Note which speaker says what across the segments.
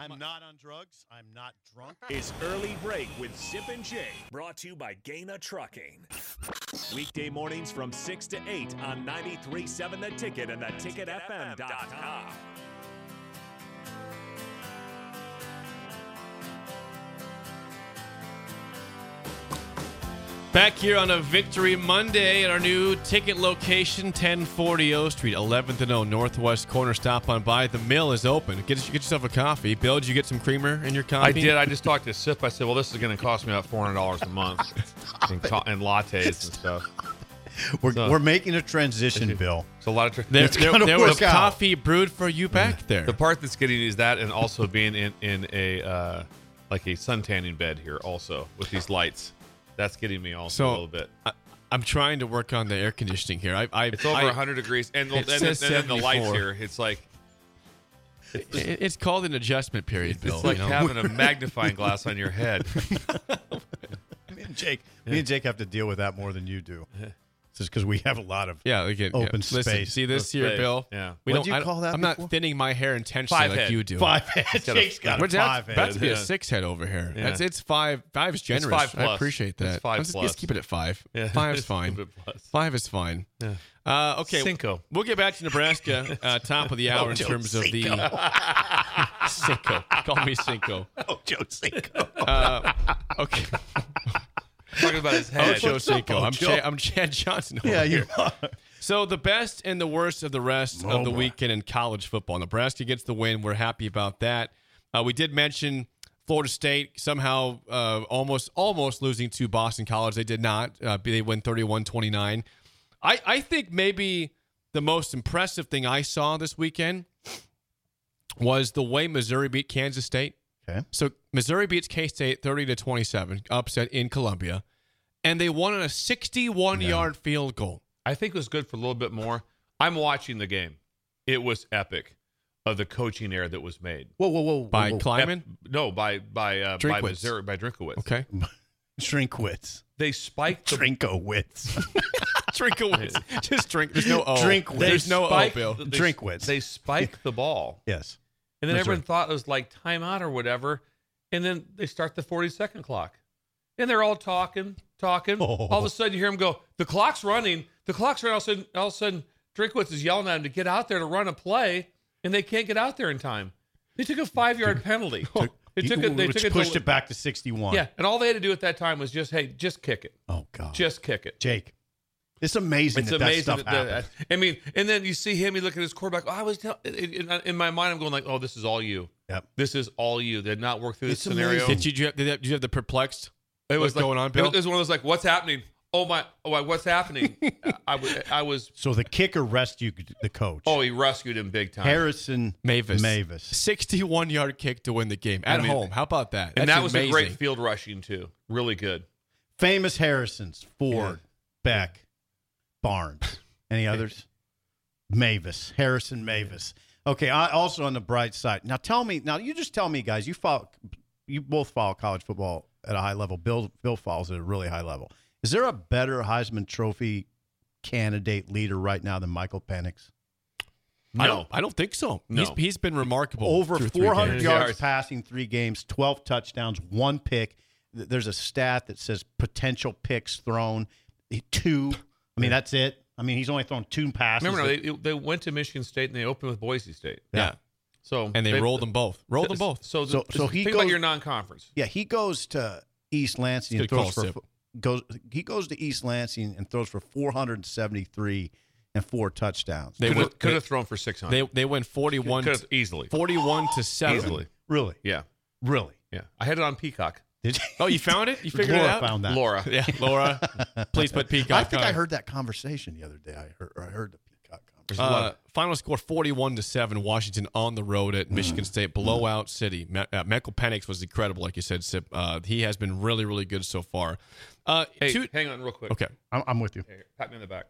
Speaker 1: I'm not on drugs. I'm not drunk. Is early break with Zip and Jay.
Speaker 2: Brought to you by Gaina Trucking.
Speaker 1: Weekday mornings from 6 to 8 on 93.7 The Ticket and theticketfm.com.
Speaker 3: Back here on a Victory Monday at our new ticket location, 1040 O Street, 11th and O Northwest corner. Stop on by. The mill is open. Get, get yourself a coffee. Bill, did you get some creamer in your coffee?
Speaker 4: I did. I just talked to Sip. I said, "Well, this is going to cost me about four hundred dollars a month in, co- in lattes and stuff."
Speaker 5: We're,
Speaker 4: So-
Speaker 5: we're making a transition, Bill.
Speaker 4: It's a lot of. Tr-
Speaker 3: There,
Speaker 5: It's
Speaker 3: there,
Speaker 5: gonna
Speaker 3: there was
Speaker 5: work out.
Speaker 3: coffee brewed for you back there.
Speaker 4: the part that's getting is that, and also being in in a uh, like a suntanning bed here, also with these lights. That's getting me also
Speaker 3: So-
Speaker 4: a little bit.
Speaker 3: I, I'm trying to work on the air conditioning here. I, I,
Speaker 4: It's over
Speaker 3: I,
Speaker 4: 100 degrees, and, and,
Speaker 3: It
Speaker 4: and,
Speaker 3: says
Speaker 4: then the lights
Speaker 3: 74.
Speaker 4: here. It's like
Speaker 3: it- It's called an adjustment period, Bill.
Speaker 4: it's like
Speaker 3: you know?
Speaker 4: having a magnifying glass on your head.
Speaker 5: Me and Jake, me and Jake have to deal with that more than you do. Just because we have a lot of
Speaker 3: yeah, again, yeah.
Speaker 5: open
Speaker 3: Listen,
Speaker 5: space.
Speaker 3: See this
Speaker 4: Open
Speaker 3: here,
Speaker 4: space.
Speaker 3: Bill.
Speaker 4: Yeah.
Speaker 3: We
Speaker 5: What'd
Speaker 3: don't.
Speaker 5: you
Speaker 3: I don't-
Speaker 5: call that
Speaker 3: I'm
Speaker 5: before?
Speaker 3: not thinning my hair intentionally
Speaker 4: Five
Speaker 3: like
Speaker 4: head.
Speaker 3: you do.
Speaker 5: five heads.
Speaker 4: got a-
Speaker 5: Jake's got
Speaker 3: We're
Speaker 5: a
Speaker 3: down,
Speaker 5: five
Speaker 3: about
Speaker 5: head.
Speaker 3: to be a
Speaker 4: Yeah.
Speaker 3: six head over here. That's
Speaker 4: Yeah.
Speaker 3: it's five. Five is generous.
Speaker 4: five
Speaker 3: I
Speaker 4: plus.
Speaker 3: appreciate
Speaker 4: It's
Speaker 3: that.
Speaker 4: five
Speaker 3: Let's
Speaker 4: plus.
Speaker 3: just keep it at five.
Speaker 4: Yeah.
Speaker 3: Five's
Speaker 4: It's a
Speaker 3: fine.
Speaker 4: little bit plus.
Speaker 3: Five is fine. Uh, okay,
Speaker 4: Cinco.
Speaker 3: we'll get back to Nebraska uh, top of the hour in
Speaker 5: Ocho
Speaker 3: terms of the Cinco. Call me Cinco.
Speaker 5: Ocho Cinco.
Speaker 3: Okay,
Speaker 4: Talking about his head.
Speaker 3: Ocho Cinco. I'm,
Speaker 5: Ocho?
Speaker 3: Cha- I'm Chad Johnson. over
Speaker 5: Yeah,
Speaker 3: here.
Speaker 5: you are.
Speaker 3: So the best and the worst of the rest of the weekend in college football. Nebraska gets the win. We're happy about that. Uh, we did mention Florida State somehow uh, almost almost losing to Boston College. They did not. Uh, they win 31-29. I, I think maybe the most impressive thing I saw this weekend was the way Missouri beat Kansas State.
Speaker 5: Okay.
Speaker 3: So Missouri beats K State 30 to 27, upset in Columbia, and they won on a 61 yard field goal.
Speaker 4: I think it was good for a little bit more. I'm watching the game. It was epic of the coaching error that was made.
Speaker 5: Whoa, whoa, whoa.
Speaker 3: by
Speaker 5: whoa.
Speaker 3: Kleiman.
Speaker 4: Ep- no, by by uh, by
Speaker 3: Drinkwitz.
Speaker 4: Missouri by Drinkowitz.
Speaker 3: Okay.
Speaker 5: Drinkwitz.
Speaker 4: They spiked the
Speaker 5: Drinkowitz.
Speaker 3: Drinkowitz. Just drink. There's no O.
Speaker 5: Drinkwitz.
Speaker 4: they
Speaker 3: There's no O,
Speaker 4: spiked
Speaker 3: Bill.
Speaker 4: the- they-
Speaker 5: Drinkwitz.
Speaker 4: They spiked the ball,
Speaker 5: yes.
Speaker 4: and then
Speaker 5: Missouri.
Speaker 4: everyone thought it was like timeout or whatever, and then they start the 40 second clock, and they're all talking, talking.
Speaker 3: Oh.
Speaker 4: All of a sudden, you hear them go, "The clock's running. The clock's running." All of a sudden, all of a sudden, Drinkwitz is yelling at him to get out there to run a play, and they can't get out there in time. They took a five yard penalty. They took Oh, it. They
Speaker 5: Which
Speaker 4: took it.
Speaker 5: pushed
Speaker 4: to-
Speaker 5: it back to 61.
Speaker 4: Yeah, and all they had to do at that time was just, hey, just kick it,
Speaker 5: Oh, God.
Speaker 4: just kick it.
Speaker 5: Jake, it's amazing
Speaker 4: It's
Speaker 5: that
Speaker 4: amazing.
Speaker 5: that stuff
Speaker 4: that- that-
Speaker 5: happened.
Speaker 4: I mean, and then you see him. You look at his quarterback. Oh, I was tell- in, in- in my mind. I'm going like, oh, this is all you.
Speaker 5: Yep.
Speaker 4: This is all you. They did not work through this
Speaker 5: It's
Speaker 4: scenario.
Speaker 5: amazing.
Speaker 3: Did you, did you have, did you have the perplexed?
Speaker 4: It
Speaker 3: what's
Speaker 4: like-
Speaker 3: going on,
Speaker 4: It
Speaker 3: Bill?
Speaker 4: was, one of those like, what's happening? Oh my! Oh, my, what's happening? I was. I was.
Speaker 5: So the kicker rescued the coach.
Speaker 4: Oh, he rescued him big time.
Speaker 5: Harrison
Speaker 3: Mavis.
Speaker 5: Mavis.
Speaker 3: 61 yard kick to win the game at
Speaker 4: I mean-
Speaker 3: home. How about that?
Speaker 4: and
Speaker 3: That's
Speaker 4: that was
Speaker 3: amazing.
Speaker 4: a great field rushing too. Really good.
Speaker 5: Famous Harrisons. Ford, Beck, Barnes. Any others? Mavis. Harrison Mavis. Okay. I, also on the bright side. Now tell me. Now you just tell me, guys. You follow. You both follow college football at a high level. Bill Bill follows at a really high level. Is there a better Heisman Trophy candidate leader right now than Michael Penix?
Speaker 3: I don't, I don't think so.
Speaker 4: No.
Speaker 3: He's, he's been remarkable.
Speaker 5: over
Speaker 3: through three
Speaker 5: 400
Speaker 3: games.
Speaker 5: yards
Speaker 4: Yards.
Speaker 5: passing three games 12 touchdowns one pick Th- there's a stat that says potential picks thrown He- two i mean that's it i mean he's only thrown two passes
Speaker 4: Remember, they they went to Michigan State and they opened with Boise State.
Speaker 3: Yeah.
Speaker 4: So
Speaker 3: And they, rolled them both. Rolled them both.
Speaker 4: So
Speaker 5: So-
Speaker 4: so,
Speaker 5: so he
Speaker 4: think about
Speaker 5: goes-
Speaker 4: your non-conference.
Speaker 5: yeah he goes to east lansing and
Speaker 3: Good call,
Speaker 5: throws for
Speaker 3: Sip.
Speaker 5: goes he goes to east lansing and throws for 473 and four touchdowns
Speaker 3: They
Speaker 4: Could
Speaker 3: went-
Speaker 4: have, could
Speaker 3: they-
Speaker 4: have thrown for six hundred.
Speaker 3: They they went 41
Speaker 4: could have
Speaker 3: to,
Speaker 4: easily.
Speaker 3: 41 to 7.
Speaker 4: Easily.
Speaker 5: really
Speaker 4: Yeah.
Speaker 5: really
Speaker 4: Yeah. I had it on Peacock.
Speaker 5: did you
Speaker 3: Oh, you found it? You figured
Speaker 5: Laura
Speaker 3: it out?
Speaker 5: found that
Speaker 4: Laura.
Speaker 3: Yeah, Laura. please put Peacock
Speaker 5: i think
Speaker 3: on.
Speaker 5: i heard that conversation the other day i heard, or I heard the peacock conversation There's a lot
Speaker 3: Uh,
Speaker 5: of-
Speaker 3: final score 41 to 7 washington on the road at michigan
Speaker 5: Mm.
Speaker 3: state blowout city Me- uh, michael penix was incredible like you said sip uh, he has been really really good so far uh,
Speaker 4: Hey,
Speaker 3: two-
Speaker 4: hang on real quick.
Speaker 3: okay
Speaker 5: I'm, I'm with you.
Speaker 4: Here, pat me on the back.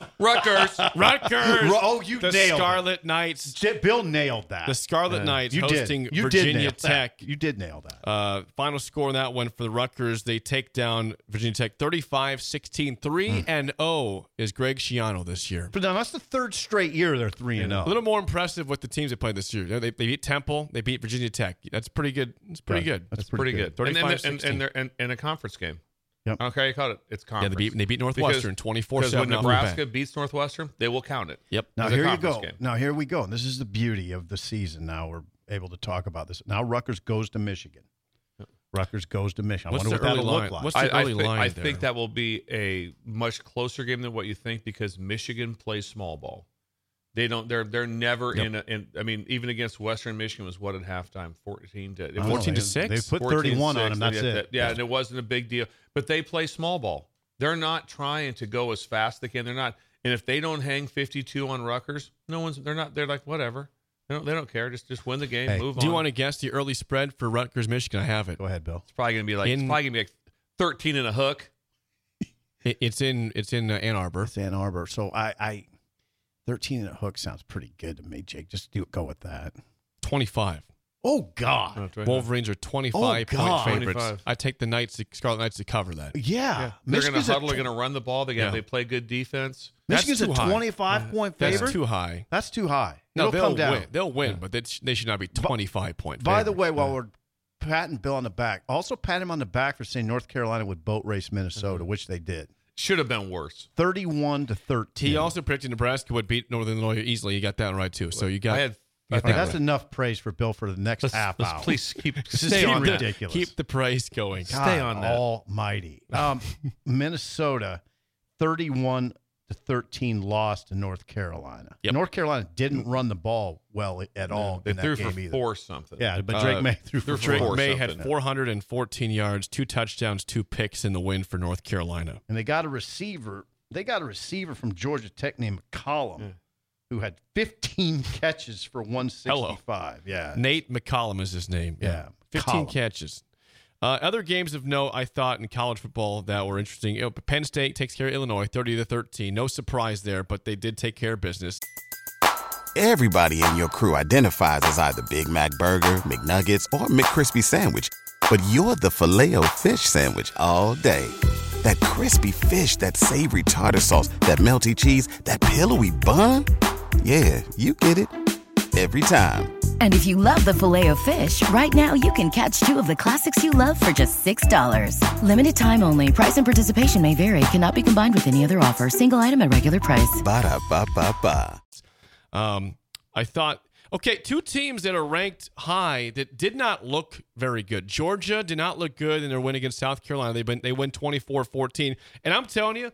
Speaker 4: Rutgers.
Speaker 3: rutgers
Speaker 5: Oh, you
Speaker 3: the
Speaker 5: nailed it.
Speaker 3: scarlet knights
Speaker 5: J- Bill nailed that.
Speaker 3: the scarlet knights
Speaker 5: you
Speaker 3: hosting
Speaker 5: did. You did
Speaker 3: virginia
Speaker 5: nail
Speaker 3: tech
Speaker 5: That. You did nail that.
Speaker 3: Uh, final score on that one for the Rutgers. They take down Virginia Tech 35 16
Speaker 5: Mm.
Speaker 3: 3 and 0 is Greg Schiano this year.
Speaker 5: But now that's the third straight year they're three and oh.
Speaker 3: A
Speaker 5: zero.
Speaker 3: little more impressive with the teams they played this year. They, they beat Temple, they beat Virginia Tech. That's pretty good. It's pretty good.
Speaker 5: That's
Speaker 4: Pretty good. And,
Speaker 3: 35,
Speaker 4: then the- and,
Speaker 3: 16.
Speaker 4: and, they're, and, and a conference game.
Speaker 5: Yep.
Speaker 4: Okay, you called it. It's
Speaker 3: yeah,
Speaker 4: conference.
Speaker 3: they beat they beat
Speaker 4: Because-
Speaker 3: Northwestern 24
Speaker 4: Because when
Speaker 3: 7
Speaker 4: Nebraska beats Northwestern, they will count it.
Speaker 3: Yep.
Speaker 5: Now
Speaker 4: It's a
Speaker 5: here you
Speaker 4: conference
Speaker 5: go.
Speaker 4: game.
Speaker 5: Now here we go. And this is the beauty of the season. Now we're able to talk about this. Now Rutgers goes to Michigan. Rutgers goes to Michigan. I
Speaker 3: What's
Speaker 5: wonder
Speaker 3: the
Speaker 5: what that'll
Speaker 3: early
Speaker 5: look
Speaker 3: line?
Speaker 5: like.
Speaker 3: What's
Speaker 4: I,
Speaker 3: the
Speaker 4: I
Speaker 3: early
Speaker 4: think,
Speaker 3: line
Speaker 4: I
Speaker 3: there?
Speaker 4: think that will be a much closer game than what you think because Michigan plays small ball. They don't. They're they're never
Speaker 3: Yep.
Speaker 4: in. A, in. I mean, even against Western Michigan was what at halftime fourteen to
Speaker 5: I don't know.
Speaker 3: 14 to
Speaker 5: They-
Speaker 3: 6?
Speaker 5: They put 31 on them. That's
Speaker 4: yeah,
Speaker 5: it.
Speaker 4: yeah, and it wasn't a big deal. But they play small ball. They're not trying to go as fast as they can. They're not. And if they don't hang 52 on Rutgers, no one's. They're not. They're like whatever. They don't. They don't care. Just just win the game.
Speaker 5: Hey,
Speaker 4: move on.
Speaker 3: Do you want to guess the early spread for Rutgers, Michigan? I have it.
Speaker 5: Go ahead, Bill.
Speaker 4: It's probably gonna be like.
Speaker 3: In-
Speaker 4: it's probably gonna be like 13 and a hook.
Speaker 3: It- It's in it's in uh, Ann Arbor.
Speaker 5: Ann Arbor. So I, I, 13 and a hook sounds pretty good to me, Jake. Just do go with that.
Speaker 3: 25.
Speaker 5: Oh God.
Speaker 3: Wolverines are 25 point
Speaker 5: Oh, God.
Speaker 3: favorites.
Speaker 4: 25.
Speaker 3: I take the Knights, Scarlet Knights to cover that.
Speaker 5: Yeah.
Speaker 4: They're going to
Speaker 5: Michigan's a
Speaker 4: huddle. They're
Speaker 5: tw-
Speaker 4: going to run the ball. They got.
Speaker 3: Yeah.
Speaker 4: They play good defense.
Speaker 3: That's
Speaker 5: Michigan's a
Speaker 3: too high.
Speaker 5: 25 point
Speaker 3: That's
Speaker 5: favorite.
Speaker 3: too high.
Speaker 5: That's too high.
Speaker 3: No,
Speaker 5: It'll
Speaker 3: they'll
Speaker 5: come down.
Speaker 3: win. They'll win, but they, sh- they should not be 25 point.
Speaker 5: By the
Speaker 3: favorites.
Speaker 5: way, while we're patting Bill on the back, also pat him on the back for saying North Carolina would boat race Minnesota,
Speaker 4: Mm-hmm.
Speaker 5: which they did,
Speaker 4: Should have been worse.
Speaker 5: thirty-one to thirteen.
Speaker 3: he also predicted Nebraska would beat Northern Illinois easily. You got that one right too. So you got
Speaker 4: I had.
Speaker 3: you got
Speaker 5: Okay, that's
Speaker 3: right.
Speaker 5: enough praise for Bill for the next
Speaker 4: Let's,
Speaker 5: half
Speaker 4: let's
Speaker 5: hour.
Speaker 4: please keep
Speaker 5: This is
Speaker 4: stay
Speaker 5: getting
Speaker 4: on that.
Speaker 5: ridiculous.
Speaker 3: keep the price going.
Speaker 5: God
Speaker 4: stay on that.
Speaker 5: Almighty, um, Minnesota, thirty-one to thirteen, lost to North Carolina.
Speaker 3: Yep.
Speaker 5: North Carolina didn't run the ball well at all
Speaker 4: They
Speaker 5: in
Speaker 4: threw
Speaker 5: that
Speaker 4: for
Speaker 5: game either.
Speaker 4: four something.
Speaker 5: Yeah, but Drake
Speaker 3: Uh,
Speaker 5: May threw for
Speaker 4: threw for
Speaker 5: four.
Speaker 3: Drake
Speaker 4: four
Speaker 3: May
Speaker 4: something.
Speaker 3: had 414 yards, two touchdowns, two picks in the win for North Carolina.
Speaker 5: and they got a receiver. They got a receiver from Georgia Tech named McCollum, who had 15 catches for 165. Yeah,
Speaker 3: Nate McCollum is his name.
Speaker 5: Yeah,
Speaker 3: 15
Speaker 5: McCollum.
Speaker 3: catches. Uh, other games of note, I thought in college football that were interesting. You know, Penn State takes care of Illinois, 30 to 13. No surprise there, but they did take care of business.
Speaker 6: Everybody in your crew identifies as either Big Mac Burger, McNuggets, or McCrispy Sandwich. But you're the filet fish Sandwich all day. That crispy fish, that savory tartar sauce, that melty cheese, that pillowy bun. Yeah, you get it. Every time.
Speaker 7: And if you love the filet of fish, right now you can catch two of the classics you love for just $6. Limited time only. Price and participation may vary. Cannot be combined with any other offer. Single item at regular price.
Speaker 6: Ba-da-ba-ba-ba.
Speaker 3: Um, I thought, okay, two teams that are ranked high that did not look very good. Georgia did not look good in their win against South Carolina. They been, they win 24-14. And I'm telling you,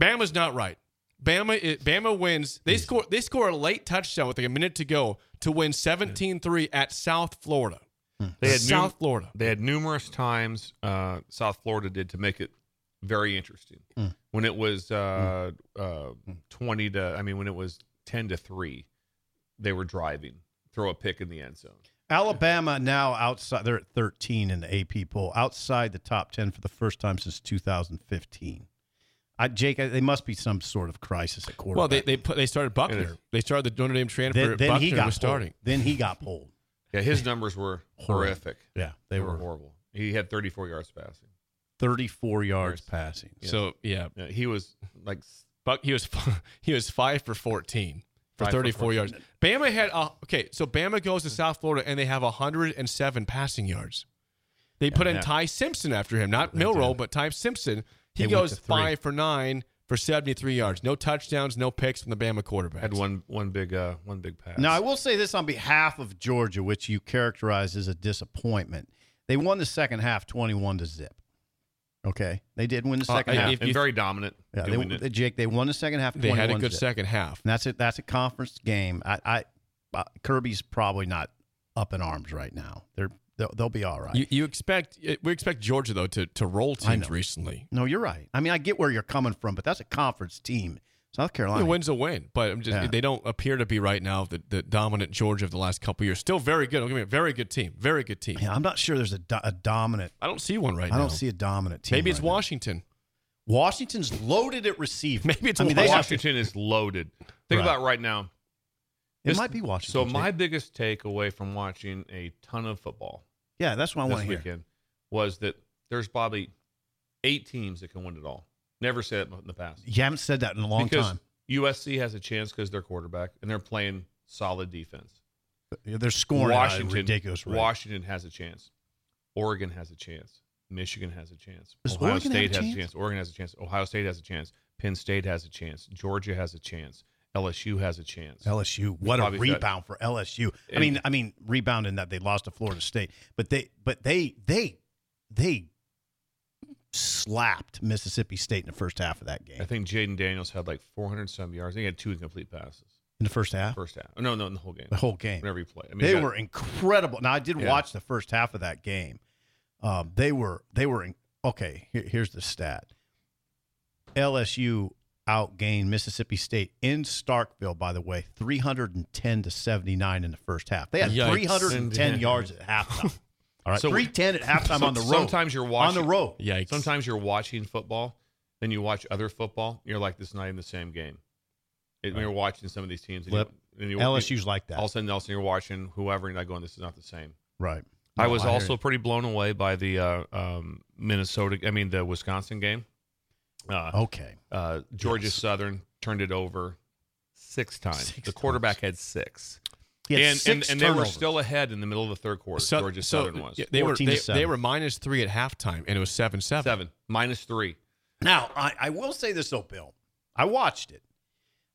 Speaker 3: Bama's not right. Bama i- Bama wins.
Speaker 5: Hmm.
Speaker 3: They score they score a late touchdown with like a minute to go to win 17-3 at South Florida.
Speaker 4: They had
Speaker 3: South
Speaker 4: nu-
Speaker 3: Florida.
Speaker 4: They had numerous times uh, South Florida did to make it very interesting.
Speaker 5: Hmm.
Speaker 4: When it was uh, uh, twenty to, I mean, when it was ten to three, they were driving, throw a pick in the end zone.
Speaker 5: Alabama now outside. They're at 13 in the AP poll, outside the top 10 for the first time since 2015. I, Jake, I, they must be some sort of crisis at quarterback.
Speaker 3: Well, they they put, they started Buckner.
Speaker 4: is.
Speaker 3: They started the Notre Dame transfer.
Speaker 5: then, then
Speaker 3: Buckner
Speaker 5: he got
Speaker 3: was
Speaker 5: pulled.
Speaker 3: starting.
Speaker 5: Then he got pulled.
Speaker 4: Yeah, his numbers were horrific.
Speaker 5: Yeah, they, were,
Speaker 4: horrible. He had thirty-four yards passing.
Speaker 5: 34 yards passing.
Speaker 3: So yeah,
Speaker 4: Yeah, he was like
Speaker 3: Buck, he was he was five for fourteen for
Speaker 4: Five for
Speaker 3: thirty four
Speaker 4: 14.
Speaker 3: yards. Bama had uh, okay, so Bama goes to South Florida and they have hundred and seven passing yards. They put in
Speaker 5: yeah.
Speaker 3: Ty Simpson after him, not Milrow, but Ty Simpson.
Speaker 5: They
Speaker 3: He
Speaker 5: went
Speaker 3: goes
Speaker 5: to three.
Speaker 3: five for nine for seventy three yards, no touchdowns, no picks from the Bama quarterback.
Speaker 4: had one one big uh, one big pass.
Speaker 5: Now, I will say this on behalf of Georgia, which you characterize as a disappointment. They won the second half 21 to zip. Okay. They did win the
Speaker 3: Uh,
Speaker 5: second
Speaker 3: I-
Speaker 5: half.
Speaker 3: if
Speaker 4: and
Speaker 3: you-
Speaker 4: very dominant.
Speaker 5: yeah,
Speaker 4: doing
Speaker 5: they,
Speaker 4: it.
Speaker 5: Jake, they won the second half.
Speaker 3: They had a
Speaker 5: 21
Speaker 3: good
Speaker 5: zip.
Speaker 3: second half.
Speaker 5: And that's it. That's a conference game. I, I, uh, Kirby's probably not up in arms right now. They're they'll, they'll be all right.
Speaker 3: You, you expect we expect Georgia though to to roll
Speaker 5: I
Speaker 3: teams
Speaker 5: know.
Speaker 3: recently.
Speaker 5: no, you're right. I mean, I get where you're coming from, but that's a conference team. South
Speaker 3: I mean,
Speaker 5: Carolina.
Speaker 3: win's a win, but I'm just
Speaker 5: Yeah.
Speaker 3: they don't appear to be right now the, the dominant Georgia of the last couple years. Still very good. Don't get me wrong, very good team. Very good team.
Speaker 5: Yeah, I'm not sure there's a, do- a dominant.
Speaker 3: I don't see one right
Speaker 5: I
Speaker 3: now.
Speaker 5: don't see a dominant team.
Speaker 3: Maybe it's
Speaker 5: right now.
Speaker 3: Washington.
Speaker 5: Washington's loaded at receiver.
Speaker 3: Maybe it's
Speaker 5: I mean, they have to-
Speaker 4: Washington is loaded.
Speaker 5: Right.
Speaker 4: Think about right now.
Speaker 5: It
Speaker 4: This-
Speaker 5: might be Washington.
Speaker 4: So
Speaker 5: Jake.
Speaker 4: my biggest takeaway from watching a ton of football
Speaker 5: yeah, that's what I want
Speaker 4: this
Speaker 5: to hear.
Speaker 4: weekend was that there's probably eight teams that can win it all. Never said it in the past.
Speaker 5: You haven't said that in a long
Speaker 4: because
Speaker 5: time.
Speaker 4: USC has a chance because their quarterback and they're playing solid defense.
Speaker 5: Yeah, They're scoring Washington,
Speaker 4: Washington,
Speaker 5: ridiculous rate.
Speaker 4: Washington has a chance. Oregon has a chance. Michigan has a chance.
Speaker 5: Does
Speaker 4: Ohio
Speaker 5: Oregon have a
Speaker 4: State has
Speaker 5: chance?
Speaker 4: a chance. Oregon has a chance. Ohio State has a chance. Penn State has a chance. Georgia has a chance. LSU has a chance.
Speaker 5: LSU, what a
Speaker 4: Probably got-
Speaker 5: rebound for LSU. I
Speaker 4: And-
Speaker 5: mean, I mean, rebound in that they lost to Florida State, but they, but they, they, they slapped Mississippi State in the first half of that game.
Speaker 4: I think Jaden Daniels had like 400 some yards. I think he had two incomplete passes
Speaker 5: in the first half,
Speaker 4: first half. No, no, in the whole game.
Speaker 5: the whole game.
Speaker 4: Whenever he played. I mean,
Speaker 5: they
Speaker 4: he got-
Speaker 5: were incredible. Now I did
Speaker 4: Yeah.
Speaker 5: watch the first half of that game. Um, they were they were in, okay. Here, here's the stat: LSU outgained Mississippi State in Starkville. By the way, 310 to 79 in the first half. They had
Speaker 3: Yikes.
Speaker 5: 310 yards at halftime. All right,
Speaker 4: So-
Speaker 5: 310 at halftime
Speaker 4: some-
Speaker 5: on the road.
Speaker 4: Sometimes you're watching
Speaker 5: on the road.
Speaker 3: Yikes.
Speaker 4: Sometimes you're watching football, then you watch other football. You're like, this is not even the same game. It, When you're watching some of these teams, and
Speaker 5: Flip.
Speaker 4: you, and you,
Speaker 5: LSU's like that,
Speaker 4: all of a sudden, Nelson, you're watching whoever, and you're not going, this is not the same.
Speaker 5: right?
Speaker 4: I
Speaker 5: No,
Speaker 4: was
Speaker 5: hear
Speaker 4: also
Speaker 5: you.
Speaker 4: pretty blown away by the uh, um, Minnesota. I mean, the Wisconsin game. Uh,
Speaker 5: okay.
Speaker 4: uh, Georgia
Speaker 5: Oh. yes.
Speaker 4: Southern turned it over six times.
Speaker 5: Six
Speaker 4: the quarterback had six,
Speaker 5: He had
Speaker 4: and
Speaker 5: six
Speaker 4: and, and they were
Speaker 5: turnovers.
Speaker 4: still ahead in the middle of the third quarter.
Speaker 3: So-
Speaker 4: Georgia
Speaker 3: so,
Speaker 4: Southern was
Speaker 3: yeah, they were
Speaker 5: 14
Speaker 3: they,
Speaker 5: to
Speaker 3: they
Speaker 5: seven.
Speaker 3: were minus three at halftime, and it was seven seven.
Speaker 4: seven minus three.
Speaker 5: Now, I, I will say this though, Bill. I watched it.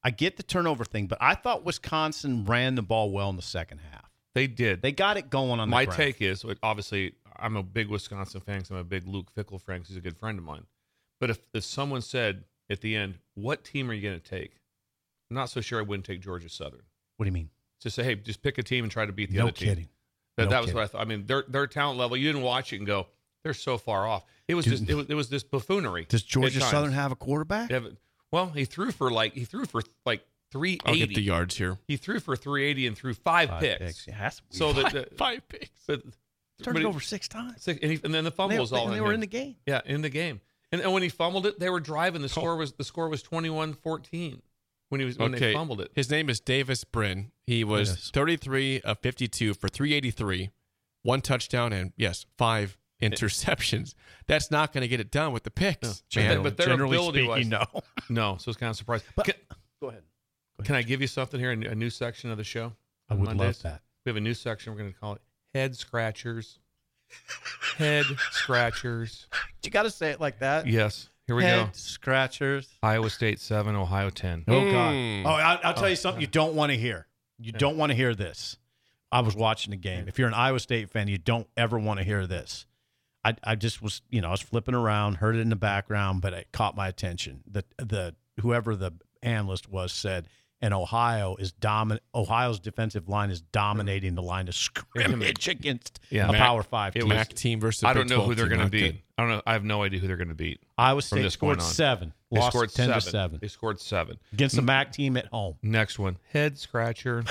Speaker 5: I get the turnover thing, but I thought Wisconsin ran the ball well in the second half.
Speaker 4: They did.
Speaker 5: They got it going on
Speaker 4: My
Speaker 5: the ground.
Speaker 4: take is like, obviously I'm a big Wisconsin fan. 'cause I'm a big Luke Fickle fan. 'cause He's a good friend of mine. But if, if someone said at the end, "What team are you going to take?" I'm not so sure I wouldn't take Georgia Southern.
Speaker 5: What do you mean?
Speaker 4: Just say, "Hey, just pick a team and try to beat the
Speaker 5: no
Speaker 4: other team."
Speaker 5: kidding.
Speaker 4: That,
Speaker 5: No
Speaker 4: that was
Speaker 5: kidding.
Speaker 4: what I thought. I mean, their their talent level. You didn't watch it and go, "They're so far off." It was
Speaker 5: Dude.
Speaker 4: just it was, it was this buffoonery.
Speaker 5: Does
Speaker 4: at
Speaker 5: Georgia
Speaker 4: times.
Speaker 5: Southern have a quarterback?
Speaker 4: They have- well, he threw for like he threw for like
Speaker 3: I'll get the
Speaker 4: 380.
Speaker 3: yards here.
Speaker 4: He threw for 380 and threw five,
Speaker 5: Five
Speaker 4: picks.
Speaker 5: picks. Yeah, that's weird.
Speaker 4: So that the,
Speaker 3: Five picks.
Speaker 4: but,
Speaker 5: Turned
Speaker 4: but
Speaker 5: it
Speaker 4: he-
Speaker 5: over six times.
Speaker 4: Six, and, he, and then the
Speaker 5: And
Speaker 4: fumble
Speaker 5: they,
Speaker 4: was all
Speaker 5: and
Speaker 4: in
Speaker 5: they were
Speaker 4: him.
Speaker 5: in the game. Oh.
Speaker 4: yeah in the game. And, and when he fumbled it, they were driving. The score was the score was 21-14 when he was when they fumbled it.
Speaker 3: His name is Davis Brin. He was
Speaker 5: Yes.
Speaker 3: 33 of 52 for 383, one touchdown, and yes, five interceptions. That's not going to get it done with the picks.
Speaker 4: No.
Speaker 3: man.
Speaker 4: But- but their
Speaker 5: Generally
Speaker 4: ability was-
Speaker 5: speaking, no.
Speaker 4: No, so it's kind of surprised.
Speaker 5: But-
Speaker 4: can,
Speaker 5: Go ahead.
Speaker 4: can I give you something here? A new- a new section of the show.
Speaker 5: I
Speaker 4: on
Speaker 5: would love
Speaker 4: Mondays?
Speaker 5: that.
Speaker 4: We have a new section. We're going to call it head scratchers. head scratchers.
Speaker 5: You got to say it like that.
Speaker 4: Yes. Here we
Speaker 5: Head
Speaker 4: go.
Speaker 5: scratchers.
Speaker 4: Iowa State seven, Ohio ten.
Speaker 5: Oh
Speaker 3: Mm.
Speaker 5: God! Oh, I, I'll tell you something you don't want to hear. You don't want to hear this. I was watching the game. If you're an Iowa State fan, you don't ever want to hear this. I, I just was, you know, I was flipping around, heard it in the background, but it caught my attention. The the whoever the analyst was said, and Ohio is dominant. Ohio's defensive line is dominating the line of scrimmage against
Speaker 4: Yeah.
Speaker 5: a
Speaker 4: Mac-
Speaker 5: power five.
Speaker 4: it
Speaker 5: team.
Speaker 4: was-
Speaker 3: MAC team versus.
Speaker 4: I don't
Speaker 3: Big
Speaker 4: know who
Speaker 3: 12
Speaker 4: they're
Speaker 3: team,
Speaker 4: going to
Speaker 3: not
Speaker 4: beat.
Speaker 3: good.
Speaker 4: I don't know. I have no idea who they're going to beat.
Speaker 5: Iowa
Speaker 4: from
Speaker 5: State
Speaker 4: this
Speaker 5: scored
Speaker 4: point on.
Speaker 5: seven,
Speaker 4: They
Speaker 5: lost
Speaker 4: scored
Speaker 5: ten
Speaker 4: seven.
Speaker 5: to seven
Speaker 4: They scored seven.
Speaker 5: against the MAC team at home.
Speaker 4: Next one, head scratcher.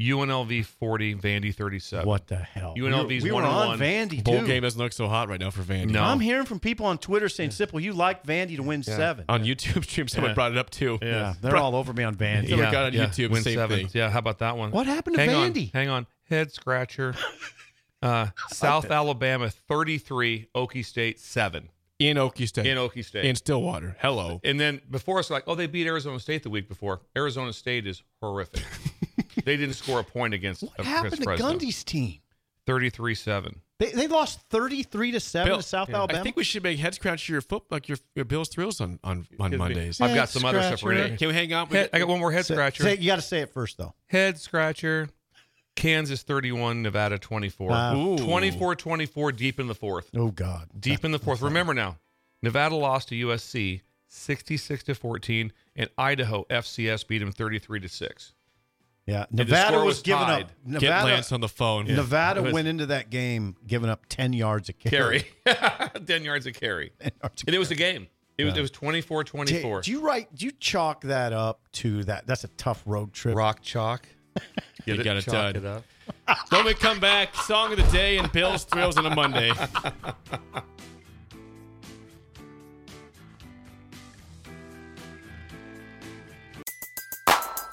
Speaker 4: UNLV forty, Vandy thirty seven.
Speaker 5: What the hell?
Speaker 4: UNLV's
Speaker 5: we were, we
Speaker 4: one
Speaker 5: were
Speaker 4: and
Speaker 5: on
Speaker 4: one.
Speaker 5: Vandy
Speaker 3: Bowl
Speaker 5: too.
Speaker 3: game doesn't look so hot right now for Vandy.
Speaker 4: No.
Speaker 5: I'm hearing from people on Twitter saying, "Simple, you like Vandy to win seven.
Speaker 3: On YouTube stream, someone
Speaker 4: Yeah.
Speaker 3: brought it up too.
Speaker 4: Oh, Yeah.
Speaker 5: yeah, they're
Speaker 3: Bro-
Speaker 5: all over me on Vandy.
Speaker 3: Yeah. got on YouTube,
Speaker 4: Win
Speaker 3: same
Speaker 4: seven.
Speaker 3: thing.
Speaker 4: Yeah, how about that one?
Speaker 5: What happened to
Speaker 4: hang On,
Speaker 5: Vandy?
Speaker 4: hang on, head scratcher. Uh, South Alabama thirty three, Okie State seven
Speaker 3: In Okie State.
Speaker 4: in Okie State.
Speaker 3: In Stillwater. Hello.
Speaker 4: And then before it's like, oh, they beat Arizona State the week before. Arizona State is horrific. they didn't score a point against.
Speaker 5: What
Speaker 4: against
Speaker 5: happened to
Speaker 4: Fresno.
Speaker 5: Gundy's team?
Speaker 4: Thirty-three seven.
Speaker 5: They, they lost thirty-three to seven
Speaker 3: Bill,
Speaker 5: to South
Speaker 4: yeah.
Speaker 5: Alabama.
Speaker 3: I think we should make head scratch your foot like your, your Bills thrills on on, on Mondays.
Speaker 4: I've got some other stuff we're
Speaker 5: Head
Speaker 4: gonna.
Speaker 3: Can we hang out? We-
Speaker 4: Head- I got one more head
Speaker 5: Say-
Speaker 4: scratcher.
Speaker 5: say- you got to say it first though.
Speaker 4: head scratcher. Kansas 31, Nevada 24.
Speaker 5: Wow.
Speaker 3: Ooh.
Speaker 4: 24 24 deep in the fourth.
Speaker 5: Oh God,
Speaker 4: Deep in the fourth. Remember now, Nevada lost to USC 66 to 14, and Idaho FCS beat them 33 to 6.
Speaker 5: Yeah,
Speaker 4: the
Speaker 5: Nevada
Speaker 4: score
Speaker 5: was
Speaker 4: was
Speaker 5: giving up.
Speaker 4: tied.
Speaker 3: Get
Speaker 5: Nevada,
Speaker 3: Lance on the phone.
Speaker 5: Nevada
Speaker 4: It was-
Speaker 5: went into that game giving up ten yards a carry.
Speaker 4: Carry. 10 yards of carry.
Speaker 5: 10 yards a
Speaker 4: And it was a game. It was it was 24
Speaker 5: Do-
Speaker 4: 24.
Speaker 5: Do you write? Do you chalk that up to that? That's a tough road trip.
Speaker 4: Rock chalk. Get
Speaker 3: You
Speaker 4: it,
Speaker 3: got it
Speaker 4: chalk
Speaker 3: done.
Speaker 4: it up.
Speaker 3: When we come back, song of the day and Bills thrills on a Monday.